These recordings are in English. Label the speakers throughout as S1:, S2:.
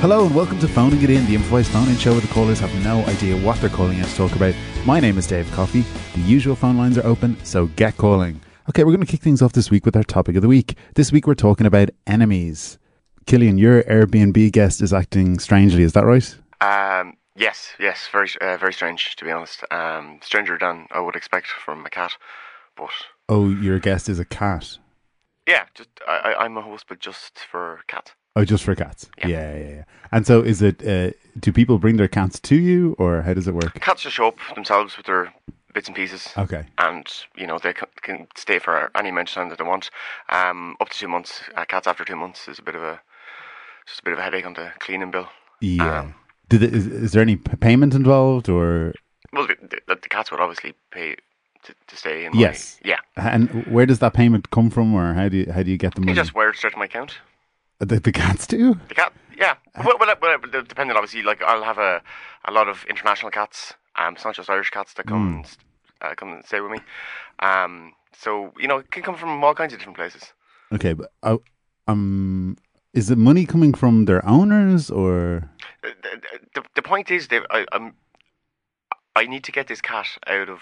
S1: Hello and welcome to Phoning It In, the improvised phone in show where the callers have no idea what they're calling in to talk about. My name is Dave Coffey. The usual phone lines are open, so get calling. Okay, we're going to kick things off this week with our topic of the week. This week we're talking about enemies. Killian, your Airbnb guest is acting strangely, is that right?
S2: Um, yes, yes, very, uh, very strange to be honest. Um, stranger than I would expect from a cat, but
S1: Oh, your guest is a cat.
S2: yeah, just I, I, I'm a host, but just for cats.
S1: Oh, just for cats. Yeah, yeah, yeah. And so is it, uh, do people bring their cats to you or how does it work?
S2: Cats just show up themselves with their bits and pieces,
S1: Okay.
S2: and you know they can, can stay for any amount of time that they want. Um, up to two months. Uh, cats after two months is a bit of a just a bit of a headache on the cleaning bill.
S1: Yeah. Did it, is, is there any p- payment involved or
S2: Well, the, the, the cats would obviously pay to, to stay in.
S1: Yes.
S2: My, yeah.
S1: And where does that payment come from, or how do you, how do you get the
S2: You
S1: money?
S2: just wired straight to my account.
S1: the, the cats do.
S2: The cat, yeah. Well, well, well, well, depending, obviously, like I'll have a, a lot of international cats. Um, it's not just Irish cats that come and st- uh, come and stay with me. Um, so you know, it can come from all kinds of different places.
S1: Okay, but uh, um, is the money coming from their owners or?
S2: The, Uh, the, the point is, Dave, I, i I need to get this cat out of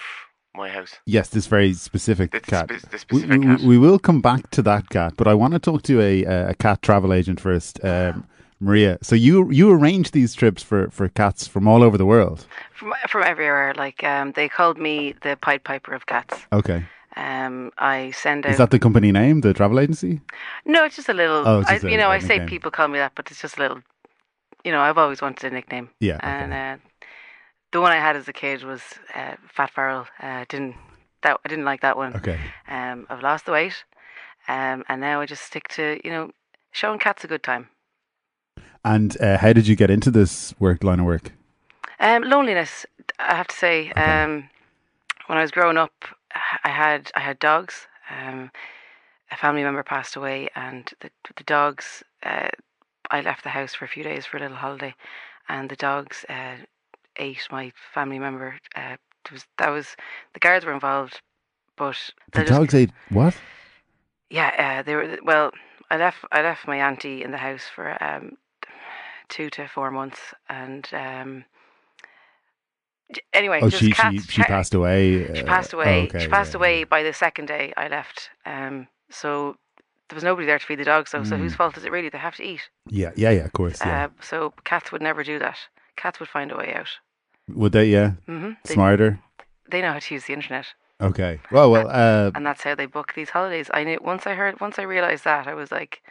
S2: my house.
S1: Yes, this very specific
S2: This
S1: cat.
S2: spe- this
S1: We-
S2: specific
S1: we,
S2: cat.
S1: we will come back to that cat, but I want to talk to a a cat travel agent first, um, Maria. So you you arrange these trips for for cats from all over the world.
S3: from from everywhere. Like um, they called me the Pied Piper of cats.
S1: Okay,
S3: Um, I send out.
S1: is that the company name, the travel agency?
S3: no, it's just a little.
S1: Oh, it's
S3: I,
S1: just a-
S3: you know, I
S1: a
S3: say
S1: nickname.
S3: people call me that, but it's just a little. You know, I've always wanted a nickname.
S1: Yeah, okay.
S3: And uh, the one I had as a kid was uh, Fat Farrell. Uh, didn't that I didn't like that one.
S1: Okay.
S3: Um, I've lost the weight, um, and now I just stick to you know showing cats a good time.
S1: And uh, how did you get into this work line of work?
S3: Um, loneliness, I have to say. Um, when I was growing up, I- I had I had dogs. Um, a family member passed away, and the the dogs. Uh, I left the house for a few days for a little holiday, and the dogs uh, ate my family member. Uh, it was that was the guards were involved, but
S1: The
S3: they just-
S1: dogs ate what?
S3: yeah, uh, they were. Well, I left. I left my auntie in the house for um, two to four months, and um, j- anyway,
S1: Oh,
S3: just
S1: she, she
S3: cats-
S1: she
S3: ca-
S1: passed away.
S3: She
S1: uh,
S3: passed
S1: oh,
S3: away.
S1: okay,
S3: she passed
S1: yeah.
S3: away by the second day I left. Um, so there was nobody there to feed the dogs. Though, so whose fault is it really? They have to eat.
S1: Yeah, yeah, yeah. Of course. Mm. Yeah.
S3: Uh, so cats would never do that. Cats would find a way out.
S1: Would they? Yeah.
S3: hmm They,
S1: Smarter.
S3: they know how to use the internet,
S1: Okay. Well, well. Uh,
S3: and that's how they book these holidays. I knew once I heard once I realized that I was like,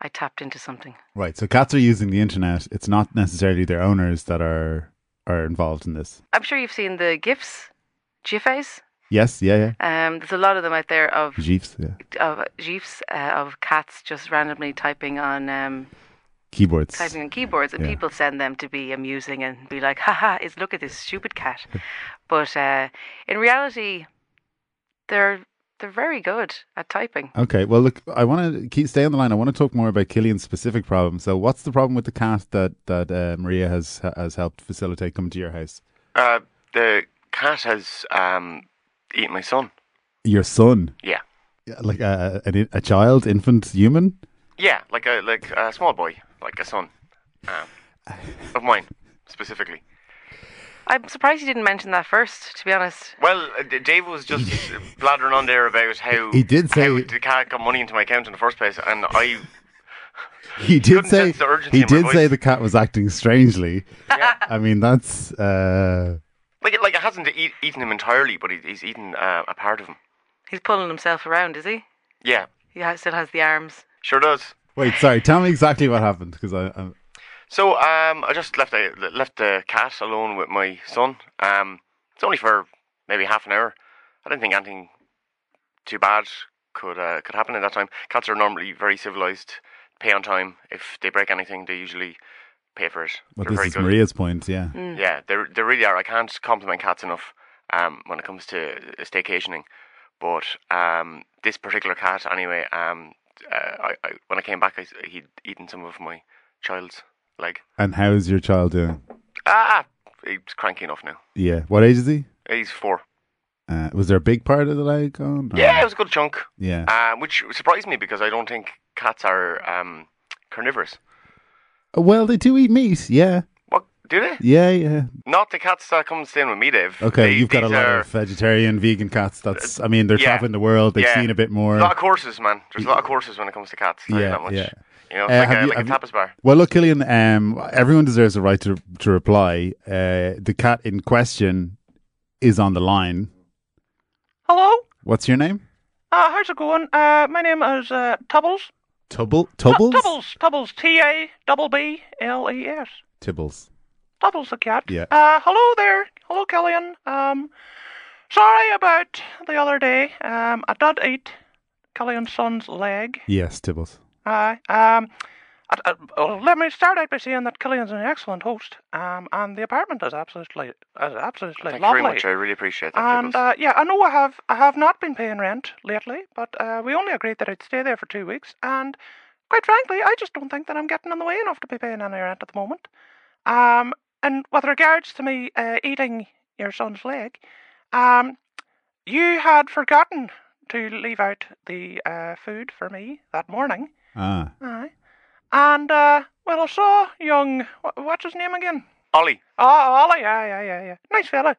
S3: I tapped into something.
S1: right. So cats are using the internet. It's not necessarily their owners that are are involved in this.
S3: I'm sure you've seen the GIFs, GIFs.
S1: Yes. Yeah. Yeah.
S3: Um, there's a lot of them out there of
S1: Jeeves. Yeah.
S3: of GIFs uh, of cats just randomly typing on um,
S1: Keyboards.
S3: typing on keyboards, and
S1: Yeah.
S3: people send them to be amusing and be like, "Haha, is look at this stupid cat," but uh, in reality, they're they're very good at typing.
S1: Okay. Well, look. I want to keep stay on the line. I want to talk more about Killian's specific problem. So, what's the problem with the cat that that uh, Maria has has helped facilitate come to your house?
S2: Uh, the cat has um, eaten my son.
S1: Your son,
S2: Yeah,
S1: Yeah, like a a, a child, infant, human.
S2: yeah, like a like a small boy, like a son um, of mine specifically.
S3: I'm surprised you didn't mention that first. To be honest,
S2: Well, uh, D- Dave was just blathering on there about how
S1: He did say-
S2: how the cat got money into my account in the first place, and I
S1: he did
S2: couldn't
S1: say
S2: sense the urgency
S1: he
S2: in my
S1: did
S2: voice.
S1: say the cat was acting strangely. I mean, that's uh,
S2: like like I hasn't eat, eaten him entirely, but he, he's eaten uh, a part of him.
S3: he's pulling himself around, is he?
S2: Yeah,
S3: He ha- still has the arms.
S2: sure does.
S1: wait. Sorry, tell me exactly what happened because I, I
S2: So um, I just left the left the cat alone with my son. Um, it's only for maybe half an hour. I didn't think anything too bad could uh, could happen at that time. Cats are normally very civilized, pay on time. If they break anything, they usually pay for it.
S1: but
S2: They're
S1: this
S2: very
S1: is
S2: good.
S1: Maria's point. Yeah,
S2: Yeah, they they really are. I can't compliment cats enough um, when it comes to uh, staycationing, but um, this particular cat, anyway, um, uh, I, I, when I came back, I s he'd eaten some of my child's leg.
S1: and how is your child doing?
S2: Ah, he's cranky enough now.
S1: Yeah, what age is he?
S2: He's four.
S1: Uh, was there a big part of the leg on? or-
S2: Yeah, it was a good chunk,
S1: yeah.
S2: um, which surprised me because I don't think cats are um, carnivorous.
S1: Uh, Well, they do eat meat. Yeah,
S2: What do they?
S1: yeah, yeah.
S2: Not the cats that come staying with me, Dave.
S1: Okay,
S2: They-
S1: you've got a
S2: these
S1: lot
S2: are
S1: of vegetarian, vegan cats. That's, I mean, they're
S2: yeah.
S1: traveling the world. They've
S2: Yeah.
S1: seen a bit more.
S2: a lot of courses, man. There's a lot of courses when it comes to cats. Yeah,
S1: Yeah,
S2: that much.
S1: yeah.
S2: You know, it's
S1: Uh,
S2: like,
S1: have
S2: a,
S1: you-
S2: like a
S1: have you-
S2: tapas bar.
S1: Well, look, Killian, um, everyone deserves the right to, to reply. Uh, the cat in question is on the line.
S4: Hello.
S1: What's your name?
S4: Uh, how's it going? Uh, my name is uh, Tubbles.
S1: Tubble?
S4: Tu-
S1: Tubbles?
S4: Tubbles. Tubbles. T A double B L E S.
S1: Tibbles.
S4: Tubbles the cat.
S1: Yeah.
S4: Uh, hello there. Hello, Killian. Um, sorry about the other day. Um, I did eat Killian's son's leg.
S1: Yes, Tibbles.
S4: Aye. Um, I, I, well, let me start out by saying that Killian's an excellent host. Um, and the apartment is absolutely, is absolutely
S2: Thank
S4: lovely.
S2: you very much. I really appreciate that.
S4: And
S2: Pickles.
S4: uh, yeah, I know I have I have not been paying rent lately, but uh, we only agreed that I'd stay there for two weeks. And quite frankly, I just don't think that I'm getting in the way enough to be paying any rent at the moment. Um, and with regards to me uh, eating your son's leg, um, you had forgotten to leave out the uh, food for me that morning.
S1: Ah.
S4: Aye. And uh, well, I saw young wha- what's his name again?
S2: Ollie,
S4: Oh, Ollie, yeah, yeah, yeah, yeah. Nice fella.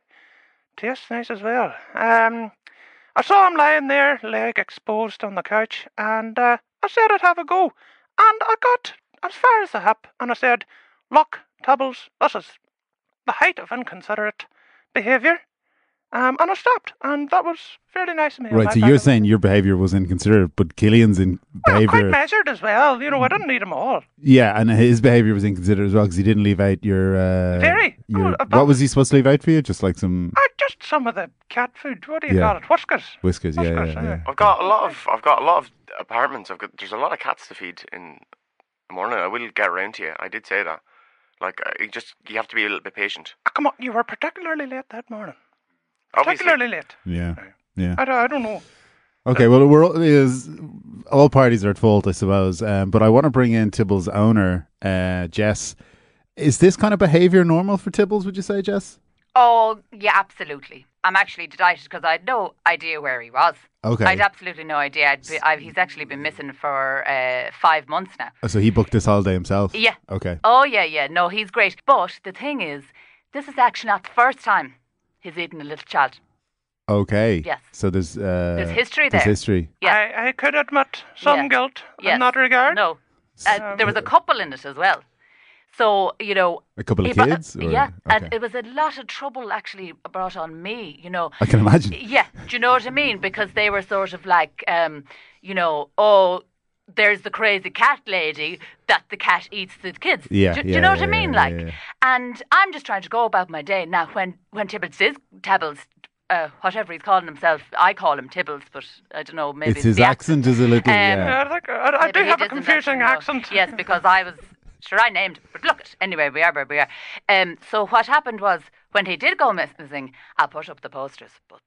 S4: Tastes nice as well. Um, I saw him lying there, leg exposed on the couch, and uh, I said I'd have a go. And I got as far as the hip, and I said, Look, Tubbles, this is the height of inconsiderate behaviour. Um, and I stopped, and that was fairly nice of me. on
S1: Right,
S4: my
S1: so
S4: part.
S1: you're saying your behavior was inconsiderate, but Killian's in
S4: Well, "Oh, quite
S1: behavior.
S4: measured as well. You know,
S1: Mm.
S4: I didn't need 'em all.
S1: yeah, and his behavior was inconsiderate as well because he didn't leave out your. Uh,
S4: Very.
S1: your-
S4: Oh, about-
S1: what was he supposed to leave out for you? Just like some
S4: Ah, just some of the cat food. What do you
S1: Yeah.
S4: call it? Whiskers.
S1: whiskers. Yeah,
S4: Whiskers,
S1: yeah,
S4: yeah.
S1: yeah.
S2: I've got a lot of I've got a lot of apartments. I've got there's a lot of cats to feed in the morning. I will get around to you. I did say that. Like uh, you just you have to be a little bit patient.
S4: Ah, come on, you were particularly late that morning.
S2: Obviously,
S4: Particularly late.
S1: Yeah. Yeah.
S4: uh, I don't, I don't know. uh,
S1: Okay, well, we're all, is, all parties are at fault, I suppose. Um, but I want to bring in Tibble's owner, uh, Jess. Is this kind of behavior normal for Tibbles? Would you say, Jess?
S5: Oh, yeah, absolutely. I'm actually delighted because I had no idea where he was.
S1: Okay.
S5: I'd absolutely no idea. I'd be, i he's actually been missing for uh, five months now.
S1: Oh, so he booked this holiday himself.
S5: Yeah.
S1: Okay.
S5: Oh, yeah, yeah. No, he's great. But the thing is, this is actually not the first time he's eaten a little child.
S1: Okay.
S5: Yes.
S1: So there's uh,
S5: There's history
S1: There's
S5: there.
S1: history.
S5: Yeah.
S4: I, I could admit some
S5: Yeah.
S4: guilt
S5: Yes.
S4: in that regard.
S5: No. Uh, there was a couple in it as well. So, you know.
S1: A couple of
S5: if I-
S1: kids. or-
S5: yeah. And
S1: okay.
S5: it was a lot of trouble actually brought on me, you know.
S1: I can imagine.
S5: Yeah, do you know what I mean? Because they were sort of like, um, you know, oh, there's the crazy cat lady that the cat eats the kids.
S1: Yeah,
S5: do, do
S1: yeah,
S5: you know what
S1: yeah,
S5: I mean?
S1: yeah,
S5: like,
S1: yeah.
S5: and I'm just trying to go about my day now. When when Tibbles is Tibbles, uh, whatever he's calling himself, I call him Tibbles, but I don't know. Maybe
S1: It's his
S5: the
S1: accent is a little.
S5: Um,
S1: yeah.
S4: Yeah, I, think, I, I
S5: Maybe
S4: do
S5: he
S4: have a
S5: doesn't
S4: confusing
S5: actually know.
S4: accent.
S5: Yes, because I was sure I named, it, but look at anyway, we are where we are. Um, so what happened was when he did go missing, I put up the posters, but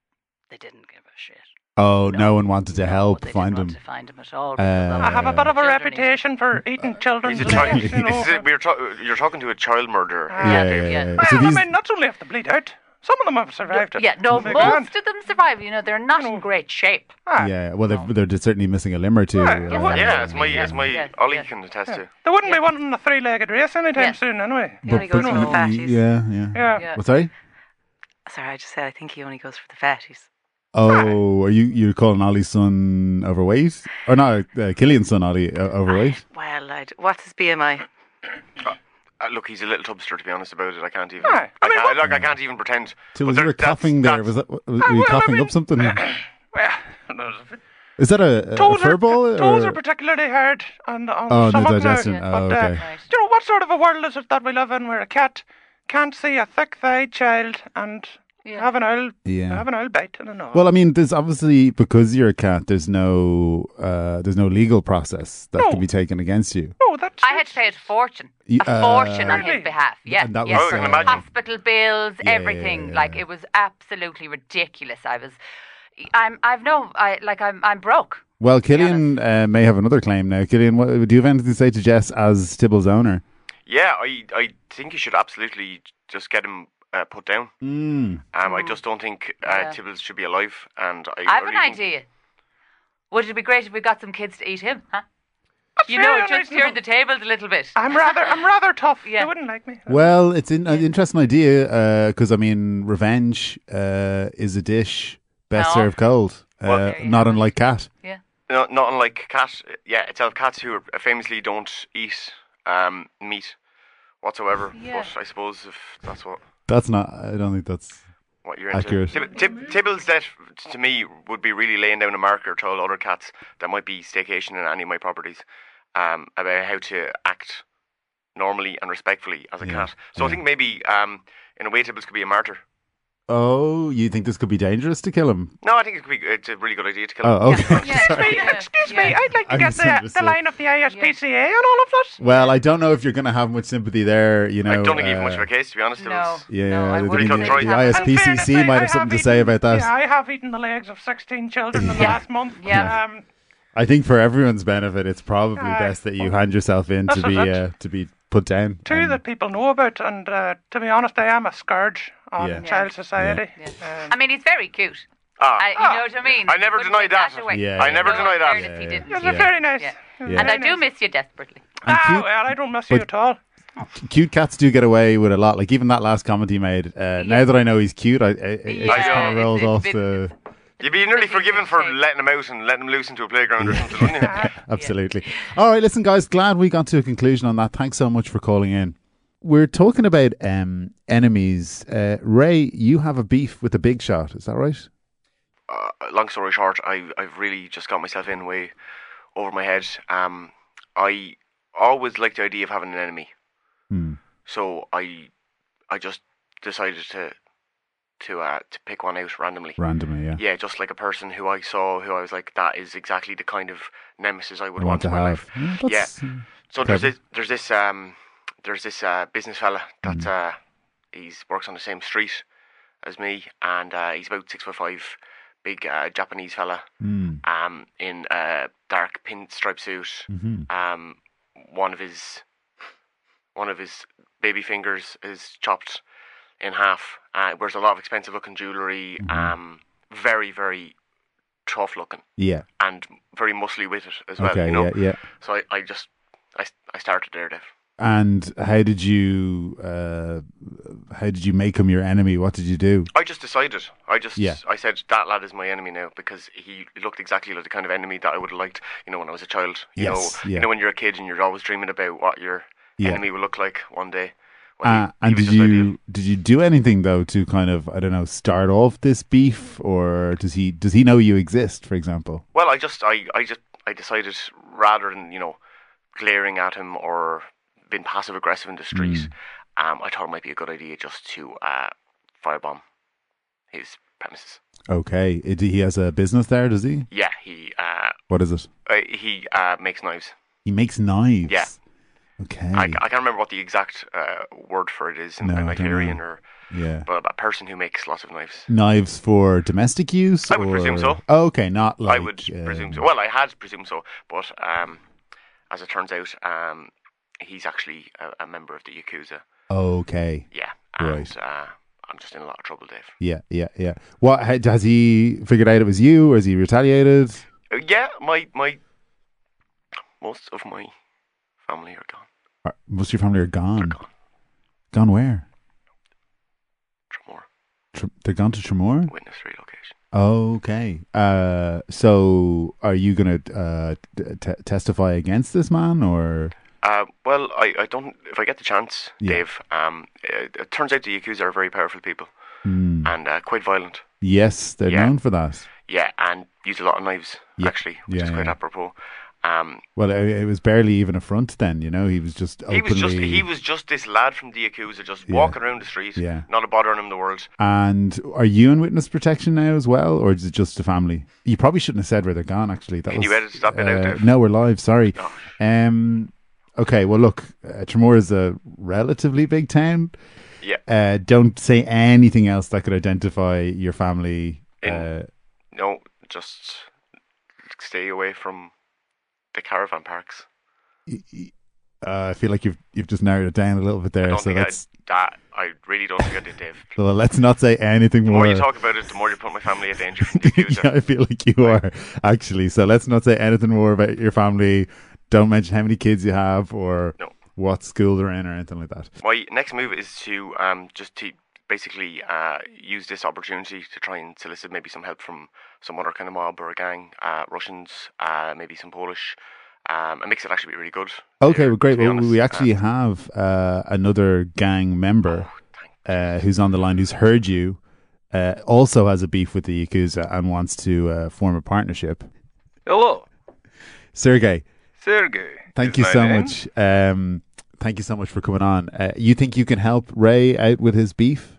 S5: they didn't give a shit.
S1: Oh, no, one wanted to
S5: No,
S1: help
S5: they didn't
S1: find
S5: want
S1: him.
S5: to find him at all.
S1: Uh,
S4: I have a bit of a
S5: Children Uh, eat.
S4: reputation for eating children's
S2: he's a
S4: legs,
S2: child.
S4: you know.
S2: this is, we're ta- you're talking to a child murderer.
S4: Ah.
S1: Yeah,
S5: Yeah,
S1: yeah,
S5: yeah.
S1: yeah.
S4: well,
S1: So these-
S4: I mean, not only have to bleed out, some of them have survived it.
S5: yeah, no,
S4: They
S5: most
S4: can't.
S5: of them survive. You know, they're not in great shape.
S4: Ah,
S1: yeah. Well, they're, they're certainly missing a limb or two.
S4: Right,
S1: uh,
S4: well,
S2: Yeah, it's my it's my
S5: Yeah,
S2: Ollie
S5: yeah.
S2: can attest to.
S4: They wouldn't be wanting a three-legged race anytime
S5: Yeah.
S4: soon, anyway.
S6: He only goes for the vet. He's,
S1: yeah, yeah.
S4: Yeah.
S5: Yeah.
S1: Well, sorry.
S6: Sorry, I just said I think he only goes for the vet. He's
S1: Oh, are you you calling Ollie's son overweight? Or no, uh, Killian's son Ollie uh, overweight?
S6: well. I'd, what's his BMI?
S2: Uh, look, he's a little tubster to be honest about it. I can't even.
S4: Aye. I
S2: I
S4: mean,
S2: can't,
S4: what-
S2: look, I can't even pretend.
S1: So
S2: But
S1: was there a
S2: that's-
S1: coughing there?
S2: that's-
S1: Was that was, were you
S4: well, I
S1: coughing
S4: mean-
S1: up something?
S4: Well, those-
S1: Is that a, a, a
S4: toes,
S1: fur
S4: are,
S1: ball?
S4: toes
S1: or-
S4: are particularly hard on the, on
S1: Oh, the
S4: the stomach now.
S1: digestion. Yeah. Oh,
S4: But, uh,
S1: okay.
S5: Right.
S4: Do you know what sort of a world is it that we live in where a cat can't see a thick thighed child and
S5: Yeah.
S4: have an owl
S1: Yeah.
S4: have an owl bite and an owl?
S1: well, I mean, there's obviously because you're a cat. There's no uh, there's no legal process that
S4: No.
S1: can be taken against you.
S4: no, Oh, that's
S5: I had to pay a fortune,
S1: You-
S5: a fortune on
S4: Really?
S5: his behalf. Yeah,
S1: And uh, that
S5: yeah.
S1: was,
S2: Oh, I can uh, imagine.
S5: hospital bills,
S1: yeah,
S5: everything.
S1: yeah.
S5: Like it was absolutely ridiculous. I was, I'm, I've no, I like I'm, I'm broke.
S1: Well, Killian uh, may have another claim now. Killian, what, do you have anything to say to Jess as Tibble's owner?
S2: Yeah, I I think you should absolutely just get him uh, put down.
S1: Mm.
S2: Um, I just don't think uh,
S5: Hmm. Yeah.
S2: Tibbles should be alive, and I,
S5: I have
S2: I
S5: an
S2: really think-
S5: idea. Would it be great if we got some kids to eat him? Huh? you know,
S4: very
S5: just steered
S4: unreasonable.
S5: the tables a little bit.
S4: I'm rather, I'm rather tough.
S5: Yeah.
S4: They wouldn't like me.
S1: Well, it's an, an interesting idea because I mean, revenge uh, is a dish best
S5: Oh.
S1: served cold, uh,
S2: Well,
S5: there you
S1: not
S5: have it.
S1: unlike cat.
S5: yeah.
S2: Not, not unlike cat. Yeah, it's of cats who are- uh, famously don't eat um, meat whatsoever.
S5: Yeah.
S2: But I suppose if that's what
S1: That's not. I don't think that's.
S2: what you're into.
S1: Accurate.
S2: Tib- Tib- Tibbles that to me would be really laying down a marker to all other cats that might be staycationing at any of my properties um, about how to act normally and respectfully as a
S1: Yeah,
S2: cat. So I
S1: yeah.
S2: think maybe um, in a way Tibbles could be a martyr.
S1: Oh, you think this could be dangerous to kill him?
S2: No, I think it could be. It's a really good idea to kill. him.
S1: Oh, okay.
S5: Yeah.
S1: Sorry.
S4: Excuse me, excuse me.
S5: Yeah.
S4: I'd like to
S1: I
S4: get the, the
S1: misunderstood.
S4: line of the ASPCA on all of this.
S1: Well, I don't know if you're going to have much sympathy there. You know,
S2: I don't think even
S1: uh,
S2: much of a case to be honest.
S5: No.
S2: Tibbles.
S1: Yeah,
S5: No, I
S1: I don't
S5: wouldn't
S1: think the,
S2: think
S1: the
S2: that.
S5: And
S4: In fairness, I-
S1: ISPCC
S4: I
S1: might have
S4: have
S1: something to
S4: eaten-
S1: say about that.
S4: Yeah, I have eaten the legs of 16 children in the
S5: Yeah.
S4: last month.
S5: Yeah.
S4: Um,
S1: I think for everyone's benefit, it's probably
S4: Uh,
S1: best that you hand yourself in to
S4: that's
S1: be
S4: it.
S1: uh, to be put down.
S4: two
S1: and-
S4: that people know about, and uh, to be honest, I am a scourge on
S1: Yeah.
S4: child society.
S5: Yeah.
S4: Um,
S5: I mean, he's very cute.
S2: Ah,
S5: I, you know what I mean?
S2: I never
S5: He couldn't
S2: denied
S5: take
S2: that.
S5: away.
S1: Yeah,
S2: I never
S5: No, in
S2: denied that.
S5: fairness, he
S1: Yeah,
S5: didn't.
S4: You're
S1: Yeah.
S4: very nice.
S5: Yeah.
S4: You're
S1: Yeah.
S5: And
S4: very
S5: I do
S4: nice.
S5: miss you desperately.
S1: and
S4: Ah,
S1: cute-
S4: well, I don't miss you
S1: but-
S4: at all.
S1: cute cats do get away with a lot. Like even that last comment he made. Uh, Now that I know he's cute, I, I it
S5: Yeah,
S1: just kind
S2: it's-
S1: of rolls
S5: it's
S1: off
S5: been-
S1: the
S2: You'd be nearly
S5: It's a big
S2: forgiven for
S5: mistake.
S2: letting them out and letting them loose into a playground or something, wouldn't you?
S1: absolutely. All right, listen, guys. Glad we got to a conclusion on that. Thanks so much for calling in. We're talking about um, enemies. Uh, Ray, you have a beef with the big shot. Is that right?
S2: uh, long story short, I I've really just got myself in way over my head. Um, I always liked the idea of having an enemy,
S1: Hmm.
S2: so I I just decided to to uh to pick one out randomly.
S1: Randomly, yeah.
S2: Yeah, just like a person who I saw, who I was like, that is exactly the kind of nemesis I would
S1: I want
S2: want
S1: to
S2: in my
S1: have.
S2: life.
S1: Yeah, that's-
S2: So there's
S1: Clever.
S2: this, there's this um there's this uh, business fella that
S1: Mm.
S2: uh he's works on the same street as me, and uh, he's about six foot five, big uh, Japanese fella
S1: Hmm.
S2: um, in a dark pinstripe suit.
S1: Mhm.
S2: Um, one of his one of his baby fingers is chopped in half. Uh, wears a lot of expensive looking jewelry.
S1: Mm-hmm.
S2: Um, very very tough looking
S1: Yeah.
S2: and very muscly with it as well.
S1: Okay.
S2: you know.
S1: Yeah. Yeah.
S2: So I, I just I, s- I started there, Dave.
S1: And how did you uh, how did you make him your enemy? What did you do?
S2: I just decided. I just
S1: Yeah.
S2: I said that lad is my enemy now because he looked exactly like the kind of enemy that I would have liked, you know, when I was a child. You
S1: Yes,
S2: know,
S1: yeah.
S2: you know when you're a kid and you're always dreaming about what your
S1: Yeah.
S2: enemy will look like one day. Well, he-
S1: Uh,
S2: he
S1: and
S2: was
S1: did
S2: just
S1: you
S2: ideal.
S1: did you do anything though to kind of I don't know start off this beef or does he does he know you exist for example?
S2: Well, I just I, I just I decided rather than, you know, glaring at him or being passive aggressive in the street,
S1: Mm.
S2: um, I thought it might be a good idea just to uh, firebomb his premises.
S1: Okay, Uh, do- he has a business there, does he?
S2: Yeah, he uh,
S1: What is it?
S2: uh, he uh, makes knives.
S1: He makes knives.
S2: Yeah.
S1: Okay.
S2: I, I can't remember what the exact uh, word for it is in
S1: Hmm. No, I
S2: in
S1: don't
S2: Nigerian
S1: know.
S2: or
S1: yeah.
S2: but a person who makes lots of knives.
S1: Knives for domestic use?
S2: I would
S1: or- Oh,
S2: presume so.
S1: Okay, not like
S2: I would
S1: um,
S2: presume so. Well, I had presumed so, but um, as it turns out, um, he's actually a, a member of the Yakuza.
S1: Okay.
S2: Yeah, and
S1: Right.
S2: uh, I'm just in a lot of trouble, Dave.
S1: Yeah, yeah, yeah. What ha- has he figured out it was you or has he retaliated?
S2: Uh, yeah, my my most of my family are gone.
S1: Or- Most of your family are gone.
S2: They're gone.
S1: Gone where?
S2: Tremor
S1: Tr- they're gone to Tremor?
S2: witness relocation.
S1: Okay. Uh, so are you going to uh, t- t- testify against this man or?
S2: Uh, well, I, I don't. If I get the chance,
S1: Yeah.
S2: Dave, um, it, it turns out the Yakuza are very powerful people
S1: Hmm.
S2: and uh, quite violent.
S1: Yes, they're
S2: Yeah.
S1: known for that.
S2: Yeah, and use a lot of knives
S1: Yeah.
S2: actually, which
S1: Yeah,
S2: is quite
S1: yeah.
S2: apropos. Um,
S1: Well, it, it was barely even a front then, you know. He was just openly.
S2: he was just he was just this lad from the Yakuza, just
S1: Yeah.
S2: walking around the street,
S1: Yeah.
S2: not a bother on him in the world.
S1: And are you in witness protection now as well, or is it just the family? You probably shouldn't have said where they're gone. Actually, that
S2: Can
S1: was, uh,
S2: you edit that bit out, Dave?
S1: No, we're live. Sorry.
S2: No.
S1: Um. Okay. Well, look, uh, Tremor is a relatively big town.
S2: Yeah,
S1: Uh, don't say anything else that could identify your family.
S2: In-
S1: uh,
S2: no, just stay away from the caravan parks.
S1: y- y- uh, I feel like you've you've just narrowed it down a little bit
S2: I
S1: there.
S2: don't
S1: So
S2: think I,
S1: let's
S2: that I really don't think I did, Dave.
S1: well, let's not say anything
S2: The
S1: more.
S2: more you talk about it, the more you put my family at danger from the Yakuza.
S1: yeah, I feel like you are actually. So let's not say anything more about your family. Don't mention how many kids you have or
S2: No.
S1: what school they're in or anything like that.
S2: My next move is to um, just to basically uh, use this opportunity to try and solicit maybe some help from some other kind of mob or a gang, uh, Russians, uh, maybe some Polish. Um, a mix would actually be really good.
S1: Okay,
S2: there,
S1: well, great.
S2: to be
S1: Well, we
S2: honest.
S1: actually have uh, another gang member uh, who's on the line who's heard you, uh, also has a beef with the Yakuza and wants to uh, form a partnership.
S4: Hello,
S1: Sergey,
S4: Sergey.
S1: thank
S4: is
S1: you
S4: my
S1: so
S4: name.
S1: much. Um, thank you so much for coming on. Uh, you think you can help Ray out with his beef?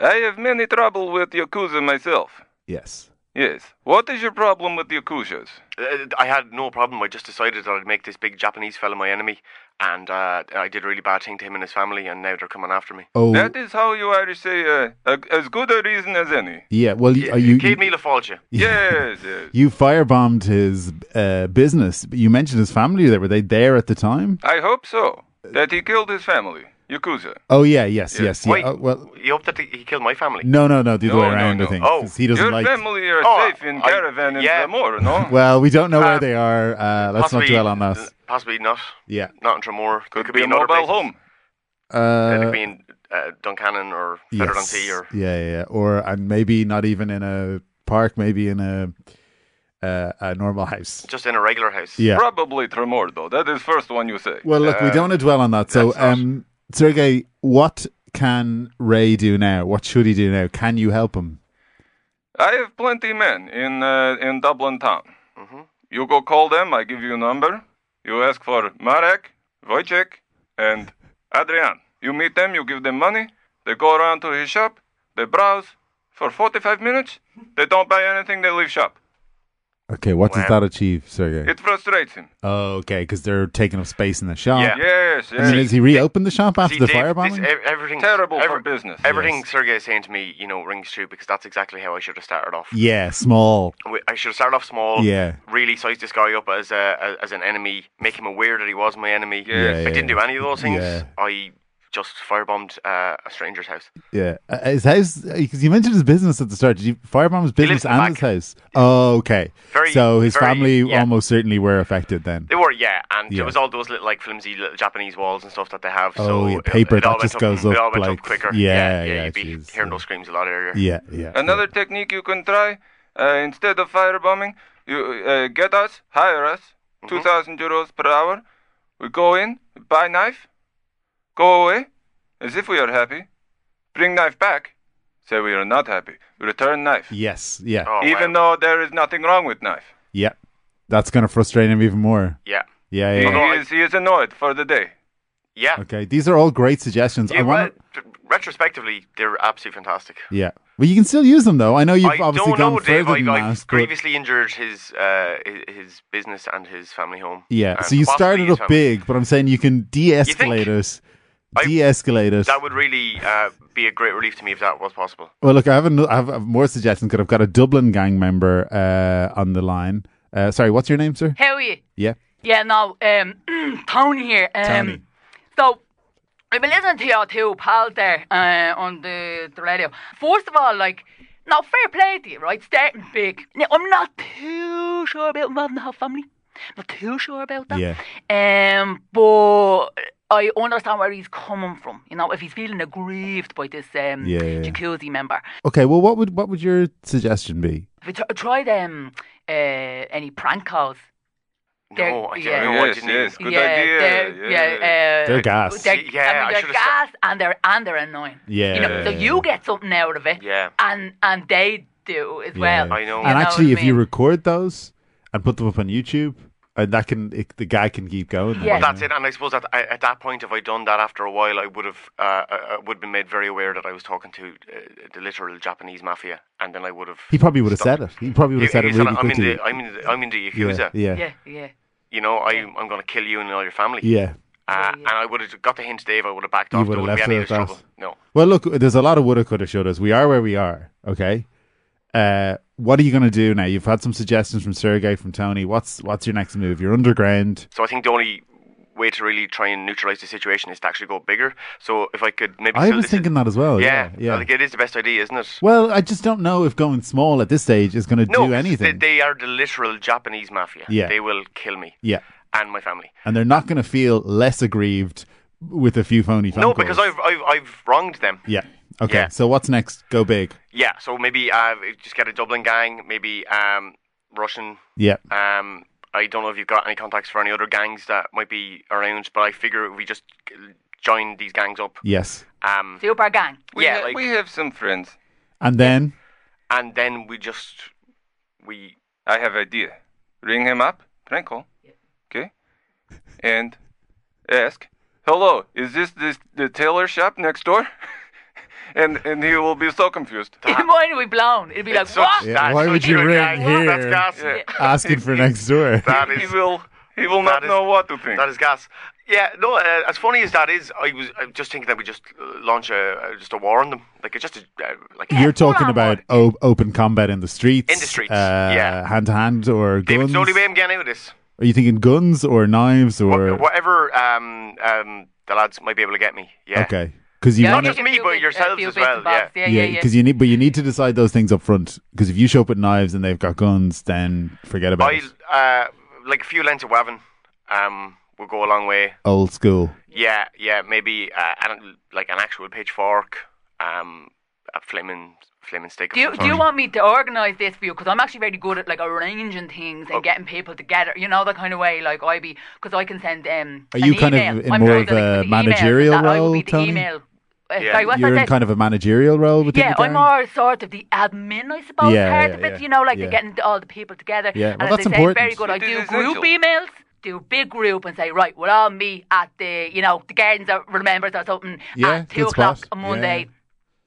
S4: I have many trouble with Yakuza myself.
S1: Yes.
S4: Yes. What is your problem with Yakuzas?
S2: Uh, I had no problem. I just decided that I'd make this big Japanese fella my enemy, and uh, I did a really bad thing to him and his family, and now they're coming after me.
S1: Oh,
S4: That is how you Irish say uh, a, as good a reason as any.
S1: yeah. Well, y- are you,
S2: Gave
S1: you,
S2: me La Falcha.
S4: Yes, yes.
S1: you firebombed his uh, business. but You mentioned his family there. Were they there at the time?
S4: I hope so. That he killed his family, Yakuza.
S1: Oh, yeah. Yes, yes.
S2: Wait,
S1: yeah. Oh, well,
S2: you hope that he killed my family?
S1: No, no, no, the other
S4: No,
S1: way
S4: no,
S1: around. I
S4: no.
S1: think
S2: Oh,
S1: 'cause he doesn't
S4: Your
S1: like.
S4: family are
S2: Oh,
S4: safe in
S2: I-
S4: caravan in
S2: yeah.
S4: Zamora, no?
S1: Well, we don't know where
S2: Um,
S1: they are. Uh, let's not
S2: Possibly-
S1: dwell on that.
S2: Possibly not.
S1: Yeah.
S2: Not in Tremor. It
S4: Could
S2: could
S4: be a
S2: in other
S4: mobile
S2: places.
S4: home.
S2: Uh, it could
S1: Uh,
S2: be in uh, Duncannon or
S1: yes.
S2: Federdunkey or
S1: yeah, yeah, yeah, or and maybe not even in a park, maybe in a uh, a normal house.
S2: just in a regular house.
S1: Yeah.
S4: Probably Tremor, though. That is first one you say.
S1: Well, look, we
S4: Uh,
S1: don't want to dwell on that. So,
S4: that's not-
S1: um, Sergey, what can Ray do now? What should he do now? Can you help him?
S4: I have plenty men in uh, in Dublin town. You go call them. I give you a number. You ask for Marek, Wojciech, and Adrian. You meet them. You give them money. They go around to his shop. They browse for 45 minutes. They don't buy anything. They leave shop.
S1: Okay, what does
S2: Well,
S1: that achieve, Sergey?
S4: It frustrates him.
S1: Oh, okay, because they're taking up space in the shop.
S2: Yeah.
S4: Yes,
S1: I mean,
S4: yes.
S1: has he reopened the shop after
S2: See,
S1: the
S2: Dave,
S1: firebombing?
S2: This, ev- everything
S4: Terrible for
S2: every-
S4: business.
S2: Everything
S1: Yes.
S2: Sergey is saying to me, you know, rings true because that's exactly how I should have started off.
S1: yeah, small.
S2: We- I should have started off small.
S1: Yeah.
S2: Really size this guy up as a as an enemy, make him aware that he was my enemy.
S4: Yes.
S1: Yeah,
S2: I didn't
S1: yeah.
S2: do any of those things.
S1: Yeah.
S2: I just firebombed uh, a stranger's house.
S1: Yeah, Uh, his house because you mentioned his business at the start. Did you firebomb his
S2: lives
S1: business
S2: in
S1: and
S2: the
S1: his
S2: back.
S1: house? Oh, okay.
S2: Very-
S1: so his
S2: very-
S1: family
S2: yeah.
S1: almost certainly were affected then.
S2: They were, yeah, and
S1: Yeah.
S2: it was all those little like flimsy little Japanese walls and stuff that they have.
S1: Oh,
S2: so
S1: yeah,
S2: it-
S1: paper,
S2: it, all
S1: that just
S2: went
S1: goes
S2: up, It
S1: up,
S2: all went
S1: like-
S2: up quicker.
S1: yeah,
S2: yeah,
S1: yeah,
S2: You'd be
S1: jeez,
S2: hearing
S1: yeah.
S2: those screams a lot earlier.
S1: Yeah, yeah.
S4: Another technique you can try uh, instead of firebombing, you uh, get us, hire us,
S2: Mm-hmm.
S4: 2,000 euros per hour. We go in, buy knife, go away, as if we are happy. Bring knife back, say we are not happy. Return knife,
S1: Yes, yeah,
S2: Oh,
S4: even
S2: wow.
S4: though there is nothing wrong with knife.
S1: yeah. That's gonna frustrate him even more.
S2: Yeah.
S1: Yeah, yeah.
S4: He,
S1: yeah.
S2: Although I-
S4: is, he is annoyed for the day.
S2: Yeah.
S1: Okay, these are all great suggestions.
S2: Yeah,
S1: I want.
S2: re- retrospectively, they're absolutely fantastic.
S1: Yeah, well, you can still use them though. I know you've
S2: I
S1: obviously
S2: don't
S1: gone
S2: know,
S1: further
S2: Dave. I,
S1: than
S2: I
S1: that. but-
S2: grievously injured his uh, hi- his business and his family home.
S1: yeah,
S2: and
S1: so you
S2: possibly
S1: started
S2: his
S1: up
S2: family.
S1: big, but I'm saying you can de-escalate
S2: think?
S1: it.
S2: I-
S1: De-escalate it.
S2: That would really uh, be a great relief to me if that was possible.
S1: Well, look, I have, an, I have I have more suggestions because I've got a Dublin gang member uh, on the line. Uh, sorry, what's your name, sir?
S5: How are you?
S1: Yeah.
S5: Yeah, no, um, Tony here. Um,
S1: Tony.
S5: So, I've been listening to your two pals there uh, on the, the radio. First of all, like, now fair play to you, right? Starting big. Now, I'm not too sure about involving the whole family. Not too sure about that.
S1: Yeah.
S5: Um, but I understand where he's coming from. You know, if he's feeling aggrieved by this um,
S1: Yeah, yeah, yeah.
S5: jacuzzi member.
S1: Okay, well, what would what would your suggestion be?
S5: Have you tr- tried um, uh, any prank calls? They're-
S2: No, I didn't
S5: yeah.
S2: know. I
S4: Yes,
S2: didn't
S4: yes.
S2: even-
S4: Good
S5: yeah,
S4: idea,
S5: They're,
S4: yeah.
S5: yeah, uh,
S1: They're gas.
S5: They're,
S2: Yeah,
S5: I
S2: I
S5: mean, they're
S2: should've
S5: gas and they're and they're annoying.
S1: Yeah.
S5: You know, so you get something out of it,
S2: Yeah.
S5: and and they do as well.
S2: I know.
S5: You
S1: And
S5: what
S1: actually,
S5: I
S1: if you
S5: mean?
S1: record those and put them up on YouTube, and that can it, the guy can keep going.
S5: Yeah.
S1: you
S2: That's
S1: know?
S2: it, and I suppose that I, at that point, if I'd done that after a while, I would have uh, uh, would been made very aware that I was talking to uh, the literal Japanese mafia, and then I would have.
S1: He probably would have said
S2: Stop.
S1: it. He probably would have said it
S2: He's on
S1: really
S2: a- I'm in
S1: quickly.
S2: the I'm in the I'm in the yakuza.
S1: yeah, yeah, yeah,
S5: yeah, yeah,
S2: You know, I I'm going to kill you and all your family. Uh,
S5: Yeah, yeah.
S2: and I would have got the hint, Dave. I would have backed
S1: You
S2: off.
S1: would
S2: There
S1: have
S2: wouldn't
S1: left
S2: be
S1: it at
S2: any of this
S1: that.
S2: trouble. No.
S1: Well, look, there's a lot of woulda, coulda, shouldas. We are where we are. Okay. Uh, what are you going to do now? You've had some suggestions from Sergey, from Tony. What's what's your next move? You're underground.
S2: So I think the only way to really try and neutralize the situation is to actually go bigger. So if I could maybe.
S1: I
S2: still-
S1: was
S2: this is-
S1: thinking that as well.
S2: Yeah,
S1: Yeah, yeah.
S2: Like it is the best idea, isn't it?
S1: Well, I just don't know if going small at this stage is going to
S2: no,
S1: do
S2: they-
S1: anything.
S2: They, are the literal Japanese mafia.
S1: Yeah.
S2: They will kill me.
S1: yeah.
S2: and my family.
S1: And they're not going to feel less aggrieved with a few phony phone
S2: no,
S1: calls.
S2: because I've, I've I've wronged them.
S1: Yeah. Okay.
S2: Yeah.
S1: So what's next? Go big.
S2: Yeah, so maybe uh, just get a Dublin gang, maybe um, Russian.
S1: Yeah.
S2: Um, I don't know if you've got any contacts for any other gangs that might be around, but I figure we just join these gangs up.
S1: Yes.
S2: Um,
S5: Super gang.
S7: We
S2: yeah,
S7: ha-
S2: like,
S7: we have some friends.
S1: And then
S2: and then we just we
S7: I have idea. Ring him up, prank call, okay, and ask, "Hello, is this, this the tailor shop next door?" and and he will be so confused.
S5: His mind will be blown. It'll be like,
S2: such-
S5: what?
S1: Yeah, why
S2: such
S1: would
S2: a
S1: you
S2: good
S1: ring
S2: gang. Whoa,
S1: here?
S2: That's gas.
S7: Yeah.
S1: asking for next door.
S2: That
S7: he
S2: is
S7: will he will
S2: that
S7: not
S2: is-
S7: know what to think.
S2: that is gas. Yeah, no. Uh, as funny as that is, I was I'm just thinking that we just uh, launch a uh, just a war on them, like uh, just a uh, like
S1: You're talking
S5: on,
S1: about o- open combat in the streets.
S2: In the streets,
S1: Uh,
S2: yeah.
S1: Hand to hand or
S2: David,
S1: guns.
S2: it's the only way I'm getting out of this.
S1: Are you thinking guns or knives or.
S2: Wha- Whatever um, um, the lads might be able to get me. Yeah.
S1: Okay. Because you
S5: Yeah,
S1: want
S5: you
S1: to.
S2: just
S5: can
S2: me,
S5: do
S2: but
S5: bits- a
S2: yourselves
S5: few
S2: as
S5: bits
S2: well,
S5: and bobs. Yeah, yeah,
S1: Yeah,
S5: yeah.
S1: because you need, but you need to decide those things up front. Because if you show up with knives and they've got guns, then forget about
S2: I
S1: it.
S2: uh, like a few lengths of Wavin um, will go a long way.
S1: Old school.
S2: Yeah, yeah, maybe uh, an, like an actual pitchfork, um, a flaming flaming stick. of
S5: Do you,
S2: some
S5: do you
S2: sort.
S5: want me to organise this for you? Because I'm actually very good at like arranging things and getting people together. You know, that kind of way. Like I be because I can send um.
S1: Are
S5: an
S1: you kind of
S5: email.
S1: in
S5: I'm
S1: more
S5: very
S1: of
S5: good at
S1: a
S5: the emails and
S1: managerial
S5: that. I would
S1: role,
S5: be the
S1: Tony?
S5: Email. Uh,
S2: Yeah,
S5: sorry, what's
S1: You're
S5: that?
S1: in
S5: say?
S1: kind of a managerial role within
S5: yeah,
S1: the gang.
S5: I'm more sort of the admin, I suppose,
S1: Yeah,
S5: part
S1: yeah,
S5: of it.
S1: yeah,
S5: You know, like
S1: yeah.
S5: the getting all the people together.
S1: Yeah,
S5: and
S1: well,
S5: as
S1: that's
S5: I say,
S1: important.
S5: very good. I
S7: It
S5: do
S7: is essential.
S5: group emails, do big group, and say, right, we'll all meet at the, you know, the Gardens of Remembrance or something
S1: Yeah,
S5: at two
S1: good
S5: o'clock
S1: spot.
S5: on
S1: Yeah.
S5: Monday.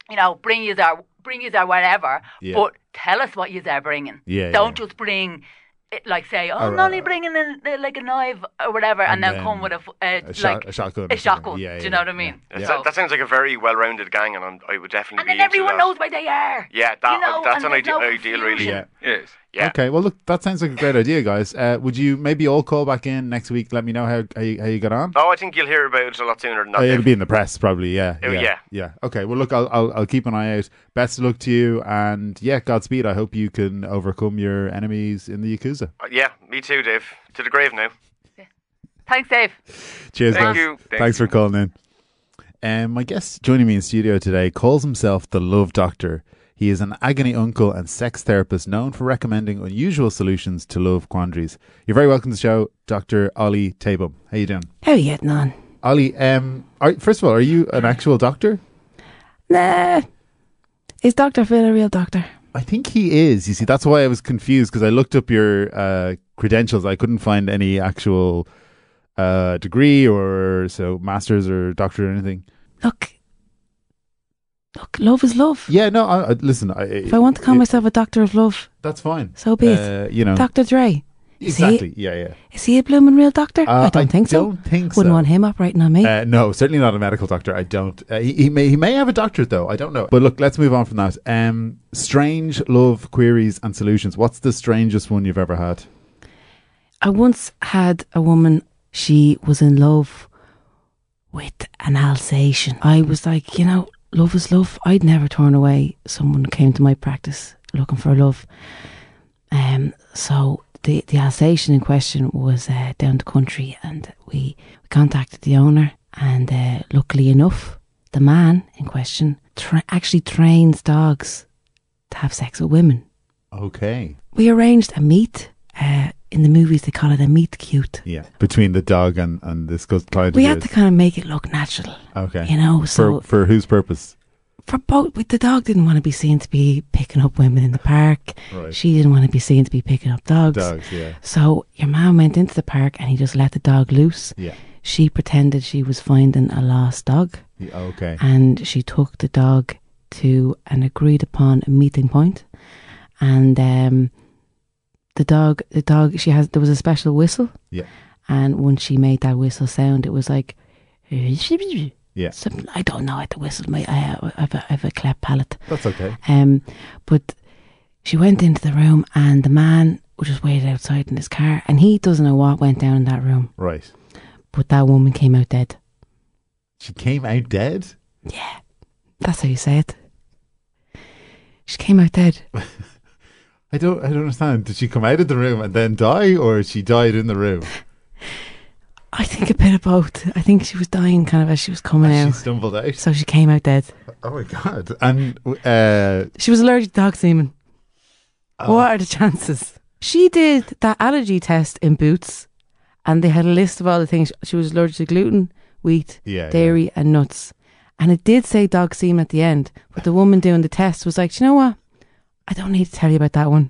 S5: You know, bring you our, bring you our whatever,
S1: Yeah.
S5: but tell us what you are bringing.
S1: Yeah,
S5: Don't
S1: yeah.
S5: just bring. It, like say, oh,
S1: All
S5: I'm
S1: right,
S5: only
S1: all right.
S5: bringing in, uh, like a knife or whatever, and,
S1: And
S5: then,
S1: then
S5: come with a, f- uh,
S1: a, shot,
S5: like
S1: a shotgun.
S5: a
S1: or something.
S5: shotgun.
S1: Yeah,
S5: do
S1: yeah,
S5: you know what I
S1: yeah.
S5: mean?
S2: That-
S1: Yeah.
S5: So-
S2: That sounds like a very well-rounded gang, and I'm, I would definitely.
S5: and
S2: be
S5: then
S2: into
S5: everyone
S2: that.
S5: knows where they are.
S2: Yeah, that,
S5: you know,
S2: that's
S5: and
S2: an
S5: there's
S2: ide-
S5: no
S2: ideal, really.
S5: confusion.
S1: Yeah.
S7: yes.
S2: Yeah.
S1: Okay. Well, look, that sounds like a great idea, guys. Uh, would you maybe all call back in next week? Let me know how how you, how you got on.
S2: No, Oh, I think you'll hear about it a lot sooner than that.
S1: Oh, yeah, it'll
S2: Dave.
S1: be in the press, probably. Yeah.
S2: Oh,
S1: yeah.
S2: yeah.
S1: yeah. Okay. Well, look, I'll, I'll I'll keep an eye out. Best of luck to you, and yeah, Godspeed. I hope you can overcome your enemies in the Yakuza.
S2: Uh, yeah, me too, Dave. To the grave now.
S5: Thanks, Dave.
S1: Cheers,
S7: Thank
S1: guys.
S7: you. Thank
S1: Thanks
S7: you.
S1: for calling in. Um, my guest joining me in studio today calls himself the Love Doctor. He is an agony uncle and sex therapist known for recommending unusual solutions to love quandaries. You're very welcome to the show, Dr. Ollie Tabum. How you doing?
S3: How are you getting on?
S1: Ollie, um, are, first of all, are you an actual doctor?
S3: Nah. Is Dr. Phil a real doctor?
S1: I think he is. You see, that's why I was confused because I looked up your uh, credentials. I couldn't find any actual uh, degree or so master's or doctor or anything.
S3: Look. Look, love is love.
S1: Yeah, no. I, I, listen, I,
S3: If I want to call
S1: it-
S3: myself a doctor of love,
S1: that's fine.
S3: so be it.
S1: Uh, you know,
S3: Dr. Dre.
S1: exactly. Yeah, yeah.
S3: Is he a blooming real doctor?
S1: Uh,
S3: I don't think so.
S1: Don't think
S3: Wouldn't
S1: so.
S3: want him operating on me.
S1: Uh, no, certainly not a medical doctor. I don't. Uh, he, he may he may have a doctorate though. I don't know. But look, let's move on from that. Um, strange love queries and solutions. What's the strangest one you've ever had?
S3: I once had a woman, she was in love with an Alsatian. I was like, you know, love is love. I'd never turn away someone who came to my practice looking for love. Um, so the, the Alsatian in question was uh, down the country and we, we contacted the owner. And uh, luckily enough, the man in question tra- actually trains dogs to have sex with women.
S1: Okay.
S3: We arranged a meet. Uh, in the movies, they call it a meet cute.
S1: Yeah. Between the dog and and this cus- client.
S3: We
S1: of
S3: had to
S1: yours.
S3: kind of make it look natural,
S1: Okay.
S3: you know.
S1: for
S3: So
S1: for whose purpose?
S3: for both, with the dog didn't want to be seen to be picking up women in the park.
S1: Right.
S3: She didn't want to be seen to be picking up dogs.
S1: Dogs. Yeah.
S3: So your man went into the park and he just let the dog loose.
S1: Yeah.
S3: She pretended she was finding a lost dog,
S1: Yeah, Okay.
S3: and she took the dog to an agreed upon meeting point, and um, the dog, the dog, she has there was a special whistle.
S1: Yeah.
S3: And when she made that whistle sound, it was like,
S1: Yeah.
S3: Something, I don't know at the whistle. My, I, I, have a, I have a cleft palate.
S1: That's okay.
S3: Um, but she went into the room, and the man just waited outside in his car, and he doesn't know what went down in that room.
S1: Right.
S3: But that woman came out dead.
S1: She came out dead.
S3: That's how you say it. She came out dead.
S1: I don't. I don't understand. Did she come out of the room and then die, or she died in the room?
S3: I think a bit of both. I think she was dying kind of as she was coming
S1: She
S3: out.
S1: stumbled out.
S3: So she came out dead.
S1: Oh my god! And uh, oh,
S3: She was allergic to dog semen. What are the chances? She did that allergy test in Boots, and they had a list of all the things she was allergic to: gluten, wheat,
S1: Yeah,
S3: dairy, and nuts. And it did say dog semen at the end, but the woman doing the test was like, "Do "You know what? I don't need to tell you about that one.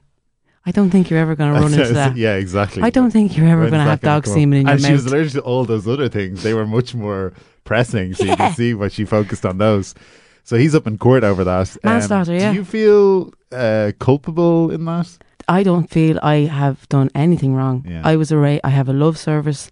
S3: I don't think you're ever going to run into that.
S1: yeah, exactly.
S3: I don't think you're ever
S1: When's
S3: going to
S1: that
S3: have
S1: gonna
S3: dog
S1: come up?
S3: semen in your
S1: and she
S3: mouth."
S1: was allergic to all those other things. They were much more pressing, so you
S3: Yeah.
S1: can see what she focused on those. So he's up in court over that Um,
S3: Manslaughter, yeah.
S1: Do you feel uh, culpable in that?
S3: I don't feel I have done anything wrong.
S1: Yeah.
S3: I was array. I have a love service,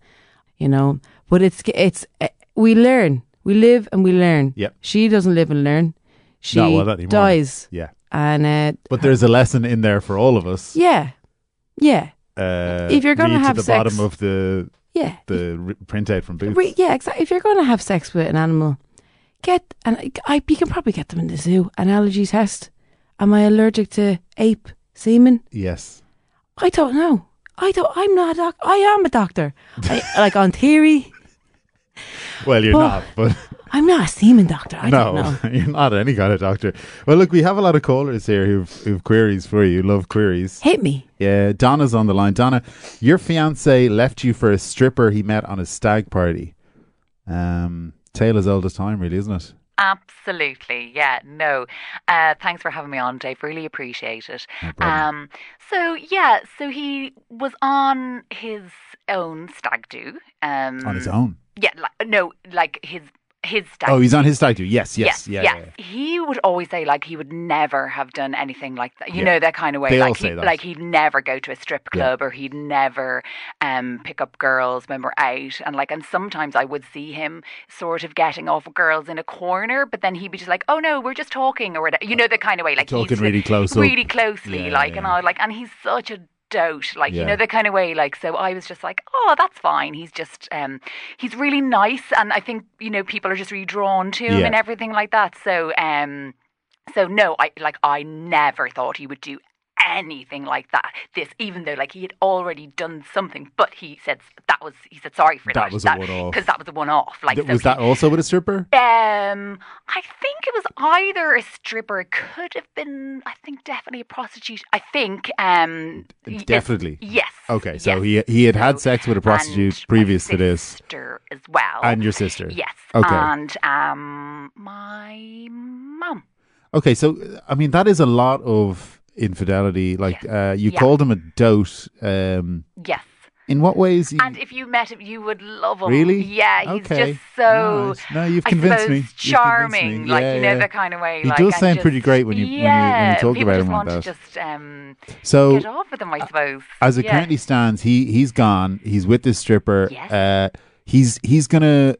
S3: you know. But it's it's eh, we learn, we live and we learn.
S1: Yep.
S3: She doesn't live and learn. She
S1: Not well, not anymore.
S3: dies,
S1: Yeah,
S3: and uh,
S1: but there's a lesson in there for all of us.
S3: yeah, yeah,
S1: Uh,
S3: If you're gonna
S1: read
S3: have
S1: to the
S3: sex-
S1: bottom of the
S3: yeah.
S1: the re- printout from Boots.
S3: Re- yeah, exactly. If you're going to have sex with an animal, get and I you can probably get them in the zoo. An allergy test. Am I allergic to ape semen?
S1: Yes.
S3: I don't know. I don't. I'm not a doc. I am a doctor. I, like on theory.
S1: Well, you're
S3: Well,
S1: not, but
S3: I'm not a semen doctor. I
S1: no,
S3: don't know.
S1: you're not any kind of doctor. Well, look, we have a lot of callers here who've, who've queries for you. Love queries.
S3: Hit me.
S1: Yeah, Donna's on the line. Donna, your fiance left you for a stripper he met on a stag party. Um, tale as old as time, really, isn't it?
S5: Absolutely. Yeah, no. Uh, thanks for having me on, Dave. Really appreciate it. um, so, yeah, so he was on his own stag do. Um,
S1: On his own.
S5: Yeah, like, no, like his his stag
S1: Oh, he's
S5: do.
S1: on his stag do. Yes, yes, yeah.
S5: Yeah,
S1: yeah, yeah.
S5: He would always say like he would never have done anything like that. You
S1: Yeah.
S5: know that kind of way.
S1: They
S5: like
S1: all
S5: he,
S1: say that.
S5: like he'd never go to a strip
S1: Yeah.
S5: club or he'd never um, pick up girls when we're out. And like, and sometimes I would see him sort of getting off with girls in a corner, but then he'd be just like, "Oh no, we're just talking," or whatever. You know that kind of way. Like he's
S1: Talking really close up.
S5: really closely.
S1: Yeah,
S5: like,
S1: yeah.
S5: and I was like, and he's such a dote like
S1: Yeah.
S5: you know the kind of way like so i was just like oh that's fine he's just um he's really nice and i think you know people are just really drawn to him
S1: Yeah.
S5: and everything like that so um so no i like i never thought he would do anything like that this even though like he had already done something but he said that was he said sorry for
S1: That
S5: that
S1: was a one-off.
S5: because that was a one-off like
S1: Th-
S5: so
S1: was
S5: he-
S1: that also with a stripper?
S5: um, I think it was either a stripper. It could have been, I think, definitely a prostitute. I think. Um, y-
S1: Definitely.
S5: Yes.
S1: Okay, so
S5: yes.
S1: he he had had
S5: So-
S1: sex with a prostitute
S5: and
S1: previous
S5: my
S1: to this,
S5: sister as well.
S1: and your sister.
S5: yes.
S1: Okay.
S5: And um, my mum.
S1: Okay, so I mean that is a lot of infidelity. Like uh, you
S5: Yeah.
S1: called him a dote. Um,
S5: Yes.
S1: in what ways? you-
S5: And if you met him, you would love him.
S1: really?
S5: Yeah. He's
S1: Okay.
S5: just so.
S1: Nice. No, you've
S5: I
S1: convinced
S5: suppose
S1: me. You've convinced me.
S5: charming, like
S1: Yeah,
S5: you know
S1: yeah.
S5: that kind of way.
S1: He
S5: like,
S1: does
S5: and
S1: sound
S5: just-
S1: pretty great when you- when you- when you
S5: yeah,
S1: talk
S5: people
S1: about
S5: just
S1: him like
S5: want
S1: that.
S5: to just um,
S1: So
S5: get off with them, I suppose.
S1: as it
S5: Yeah.
S1: currently stands, he he's gone. He's with this stripper.
S5: Yes.
S1: Uh, he's he's gonna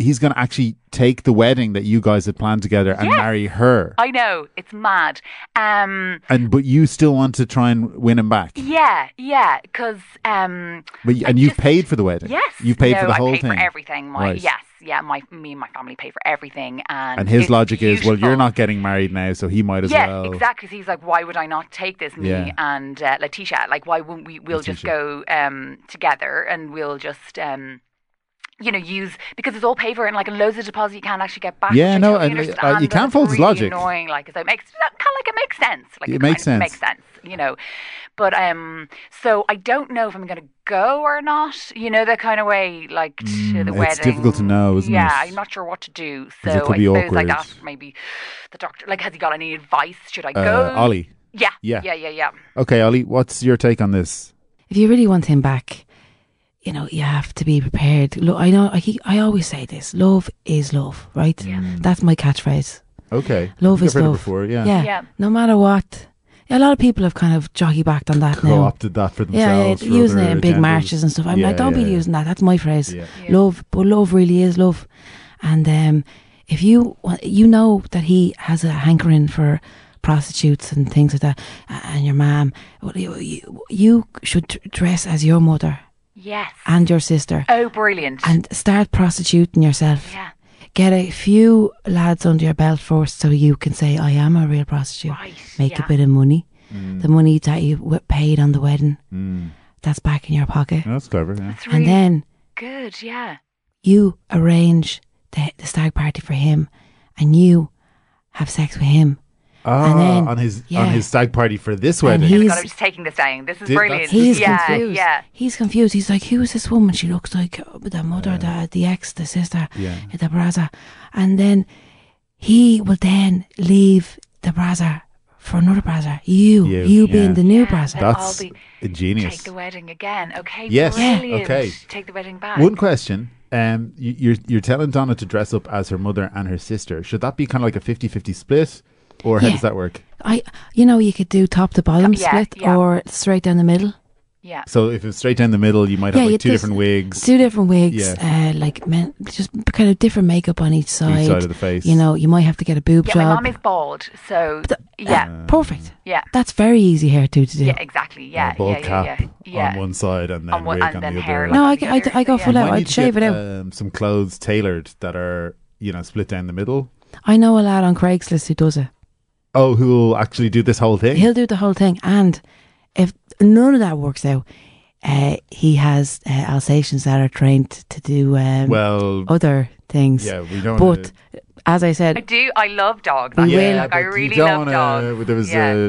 S1: he's gonna actually take the wedding that you guys had planned together and
S5: Yes.
S1: marry her.
S5: I know it's mad. Um,
S1: and but you still want to try and win him back.
S5: yeah, yeah, because um,
S1: But you-
S5: I
S1: and you've
S5: just-
S1: paid for the wedding.
S5: yes,
S1: You've paid
S5: no,
S1: for the
S5: I
S1: whole
S5: paid
S1: thing.
S5: for everything. My
S1: Right.
S5: yes, yeah, my me and my family pay for everything, and
S1: And his
S5: it's
S1: logic is, well, you're
S5: beautiful.
S1: not getting married now, so he might as
S5: yeah,
S1: well.
S5: exactly. So he's like, why would I not take this, me
S1: Yeah.
S5: and uh, Letitia? Like, why wouldn't we? We'll just go um, together, and we'll just. Um, you know, use because it's all paid for and like loads of deposit you can't actually get back.
S1: Yeah,
S5: which I
S1: no,
S5: totally
S1: and, uh,
S5: understand,
S1: you
S5: and
S1: can't
S5: it's
S1: fault his
S5: really
S1: logic.
S5: Annoying, like so it makes kind of like it makes sense. Like
S1: It makes
S5: kind of
S1: sense.
S5: Makes sense. You know, but um, so I don't know if I'm going to go or not. You know, that kind of way, like to the
S1: Mm,
S5: wedding.
S1: it's difficult to know, isn't
S5: yeah,
S1: it?
S5: I'm not sure what to do.
S1: 'Cause
S5: So
S1: it could
S5: I
S1: be
S5: suppose
S1: awkward.
S5: like ask maybe the doctor. Like, has he got any advice? Should I
S1: uh,
S5: go?
S1: Ollie.
S5: Yeah,
S1: Yeah.
S5: yeah, yeah, yeah.
S1: Okay, Ollie, what's your take on this?
S3: If you really want him back, you know you have to be prepared. Look, I know I keep, I always say this: love is love, right? That's my catchphrase.
S1: Okay. I
S3: Love
S1: think
S3: is
S1: I've Mm. heard
S3: love.
S1: It before, yeah.
S3: yeah.
S5: Yeah.
S3: No matter what, a lot of people have kind of jockey backed on that now.
S1: Co-opted that for
S3: Yeah, yeah,
S1: themselves. for
S3: using it
S1: other
S3: in big
S1: agendas.
S3: marches and stuff. I'm
S1: Yeah,
S3: like, don't
S1: yeah,
S3: be
S1: yeah.
S3: using that. That's my phrase.
S1: Yeah.
S3: Love, but love really is love. And um, if you wa- you know that he has a hankering for prostitutes and things like that, a- and your mom, well, you, you, you should d- dress as your mother
S5: Yes.
S3: and your sister
S5: Oh, brilliant.
S3: and start prostituting yourself.
S5: yeah.
S3: Get a few lads under your belt first, so you can say, "I am a real prostitute."
S5: Right.
S3: Make
S5: yeah.
S3: a bit of money.
S1: Mm.
S3: The money that you w- paid on the wedding, that's back in your pocket.
S1: That's clever. Yeah.
S5: It's
S3: And
S5: really
S3: then
S8: good, yeah.
S3: You arrange the, the stag party for him and you have sex with him.
S1: Ah,
S3: then-
S1: on his
S3: yeah.
S1: on his stag party for this
S3: And
S1: wedding.
S3: he-
S8: God,
S3: He's-
S8: I'm just taking this down. This is
S1: Did-
S8: brilliant.
S1: that's-
S3: He's
S8: yeah,
S3: confused.
S8: yeah.
S3: He's confused. He's like, who is this woman? She looks like uh, the mother, the, the ex, the sister,
S1: Yeah.
S3: the brother. And then he will then leave the brother for another brother. You,
S1: You,
S3: you,
S1: yeah.
S3: being the new brother.
S8: I'll
S1: That's
S8: be-
S1: ingenious.
S8: Take the wedding again. Okay,
S1: Yes, Yeah.
S8: brilliant.
S1: okay.
S8: Take the wedding back.
S1: One question. Um, you, you're you're telling Donna to dress up as her mother and her sister. Should that be kind of like a 50-50 split, or how
S3: Yeah.
S1: does that work?
S3: I, you know, you could do top to bottom
S8: Yeah,
S3: split
S8: yeah.
S3: or straight down the middle.
S8: Yeah.
S1: So if it's straight down the middle, you might have
S3: you
S1: like two
S3: just-
S1: different wigs.
S3: Two different wigs,
S1: Yeah.
S3: uh, like men, just kind of different makeup on each side.
S1: side of the face.
S3: You know, you might have to get a boob
S8: Yeah, my
S3: job.
S8: mom is bald, so
S1: Uh,
S8: yeah,
S3: Perfect.
S8: yeah,
S3: That's very easy hair too to do.
S8: yeah, exactly. Yeah,
S1: a bald
S8: yeah, yeah,
S1: cap
S8: yeah, yeah.
S1: on one side and then
S8: On one-
S1: wig
S8: and
S1: on
S8: then
S1: the
S8: hair
S1: other.
S8: like-
S3: No, I, g- I, g- I go
S8: Yeah.
S3: full
S1: You
S3: out.
S1: might need
S3: I'd
S1: to
S3: shave
S1: get,
S3: it out.
S1: Um, some clothes tailored that are you know split down the middle.
S3: I know a lad on Craigslist who does it.
S1: Oh, who will actually do this whole thing?
S3: He'll do the whole thing, and if none of that works out, uh, he has uh, Alsatians that are trained to do um,
S1: well,
S3: other things.
S1: yeah, we don't. wanna-
S3: but as I
S8: I
S3: said,
S8: do. I love dogs.
S3: We
S8: actually.
S3: will.
S8: Like, I
S1: but you
S8: really
S1: don't
S8: love
S1: wanna-
S8: dogs.
S1: There was
S8: yeah.
S1: a,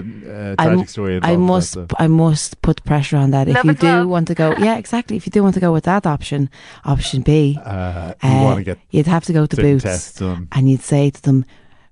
S1: a tragic
S3: I'm-
S1: story.
S3: I
S1: involved with
S3: must,
S1: that,
S3: I must put pressure on that.
S8: Love
S3: if you
S8: is
S3: do
S8: love.
S3: want to go, yeah, exactly. If you do want to go with that option, option B,
S1: so, uh, you want to get
S3: would have to go to
S1: certain
S3: Boots.
S1: tests done.
S3: and you'd say to them,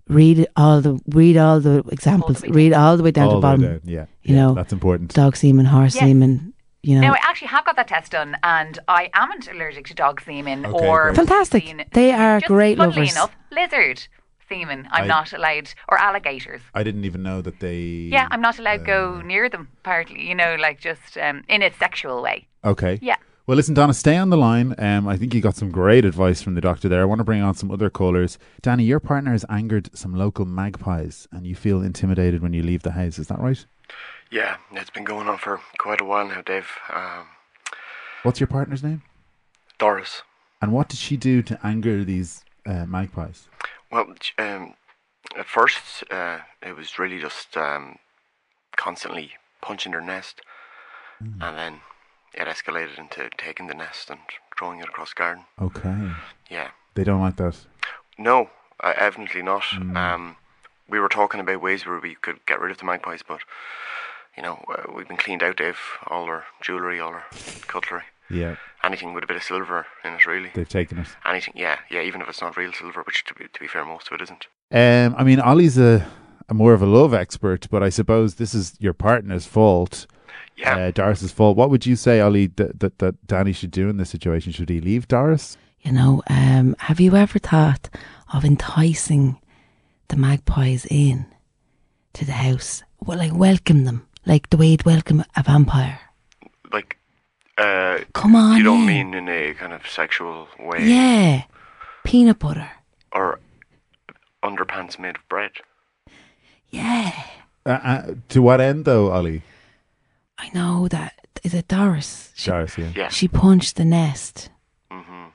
S3: read all the read all the examples,
S8: way down.
S3: read all the way down
S1: all the
S3: to the
S1: way
S3: bottom.
S1: down. Yeah,
S3: you
S1: yeah,
S3: know,
S1: that's important.
S3: Dog semen, horse
S8: Yes.
S3: semen. You know,
S8: Now I actually have got that test done, and I amn't allergic to dog semen
S1: Okay,
S8: or
S1: great.
S3: Fantastic. They are
S8: Just
S3: great
S8: funnily
S3: lovers.
S8: enough, lizard semen. I'm
S1: I-
S8: not allowed, or alligators.
S1: I didn't even know that they.
S8: Yeah, I'm not allowed to
S1: Uh.
S8: go near them. Partly, you know, like just um, in a sexual way.
S1: Okay.
S8: Yeah.
S1: Well, listen, Donna, stay on the line. Um, I think you got some great advice from the doctor there. I want to bring on some other callers. Danny, your partner has angered some local magpies, and you feel intimidated when you leave the house. Is that right?
S2: Yeah, it's been going on for quite a while now, Dave. Um,
S1: What's your partner's name?
S2: Doris.
S1: And what did she do to anger these uh, magpies?
S2: Well, j- um, at first, uh, it was really just um, constantly punching her nest, and then it escalated into taking the nest and throwing it across the garden.
S1: Okay.
S2: Yeah.
S1: They don't like that.
S2: No, uh, evidently not. Um, we were talking about ways where we could get rid of the magpies, but you know, uh, we've been cleaned out, Dave. All our jewellery, all our cutlery,
S1: Yeah,
S2: anything with a bit of silver in it, really.
S1: they've taken it.
S2: Anything, yeah, yeah. Even if it's not real silver, which to be, to be fair, most of it isn't.
S1: Um, I mean, Ollie's a, a more of a love expert, but I suppose this is your partner's fault,
S2: Yeah.
S1: uh, Doris's fault. What would you say, Ollie, that, that that Danny should do in this situation? Should he leave Doris?
S3: you know, um, have you ever thought of enticing the magpies in to the house? Well, like welcome them, like the way you'd welcome a vampire.
S2: like uh
S3: Come on,
S2: you don't
S3: in.
S2: mean in a kind of sexual way
S3: Oh, yeah, peanut butter,
S2: or underpants made of bread
S3: yeah.
S1: Uh, uh, to what end, though, Ollie?
S3: I know that is it Doris. She,
S1: Doris, yeah.
S2: yeah
S3: she punched the nest.
S2: hmm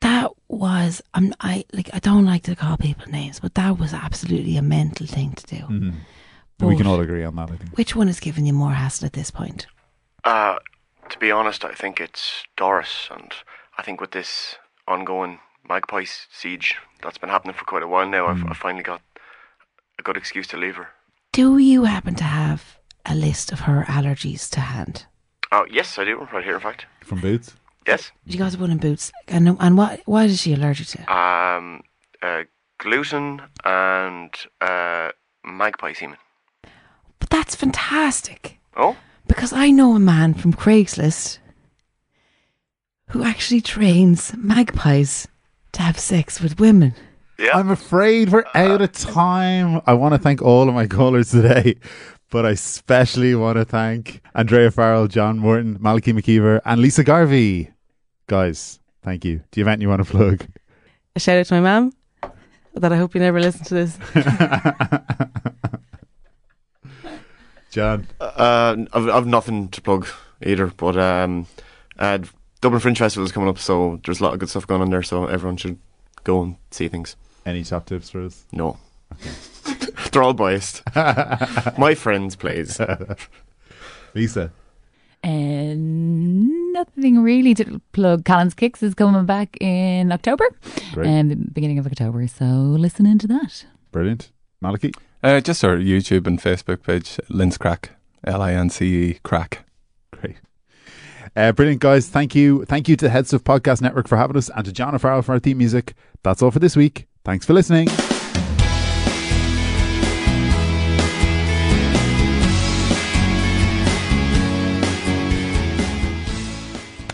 S3: That was I'm I like I don't like to call people names, but that was absolutely a mental thing to do.
S1: Mhm. We can
S3: But
S1: all agree on that, I think.
S3: Which one is giving you more hassle at this point?
S2: uh to be honest i think it's doris and i think with this ongoing magpie s- siege that's been happening for quite a while now
S3: Mm.
S2: I've, I've finally got a good excuse to leave her
S3: Do you happen to have a list of her allergies to hand?
S2: oh yes i do right here in fact
S1: From Boots?
S2: yes
S3: She got woolen boots, and and what what is she allergic to?
S2: um uh gluten and uh magpie semen
S3: But that's fantastic
S2: oh
S3: because I know a man from Craigslist who actually trains magpies to have sex with women.
S2: Yeah.
S1: I'm afraid we're out of time. I want to thank all of my callers today, but I especially want to thank Andrea Farrell, John Morton, Maliki McKeever, and Lisa Garvey. Guys, thank you. Do you have anything you want to plug?
S3: a shout out to my mum that I hope you never listen to this.
S1: John,
S2: Uh, I've, I've nothing to plug either, but um, uh, Dublin Fringe Festival is coming up, so there's a lot of good stuff going on there. So everyone should go and see things.
S1: any top tips for us?
S2: No, they're all biased. My friends, please.
S1: Lisa.
S5: And nothing really to plug. Callan's Kicks is coming back in October,
S1: Great.
S5: and the beginning of October. So listen into that.
S1: Brilliant. Maliki?
S4: Uh, just our YouTube and Facebook page, Lince Crack, L I N C E Crack.
S1: Great. Uh, brilliant, guys. Thank you. Thank you to the Heads of Podcast Network for having us and to John O'Farrell for our theme music. That's all for this week. Thanks for listening.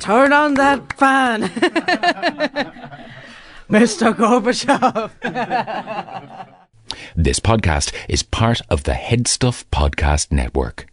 S3: Turn on that fan, Mr. Gorbachev.
S9: This podcast is part of the Headstuff Podcast Network.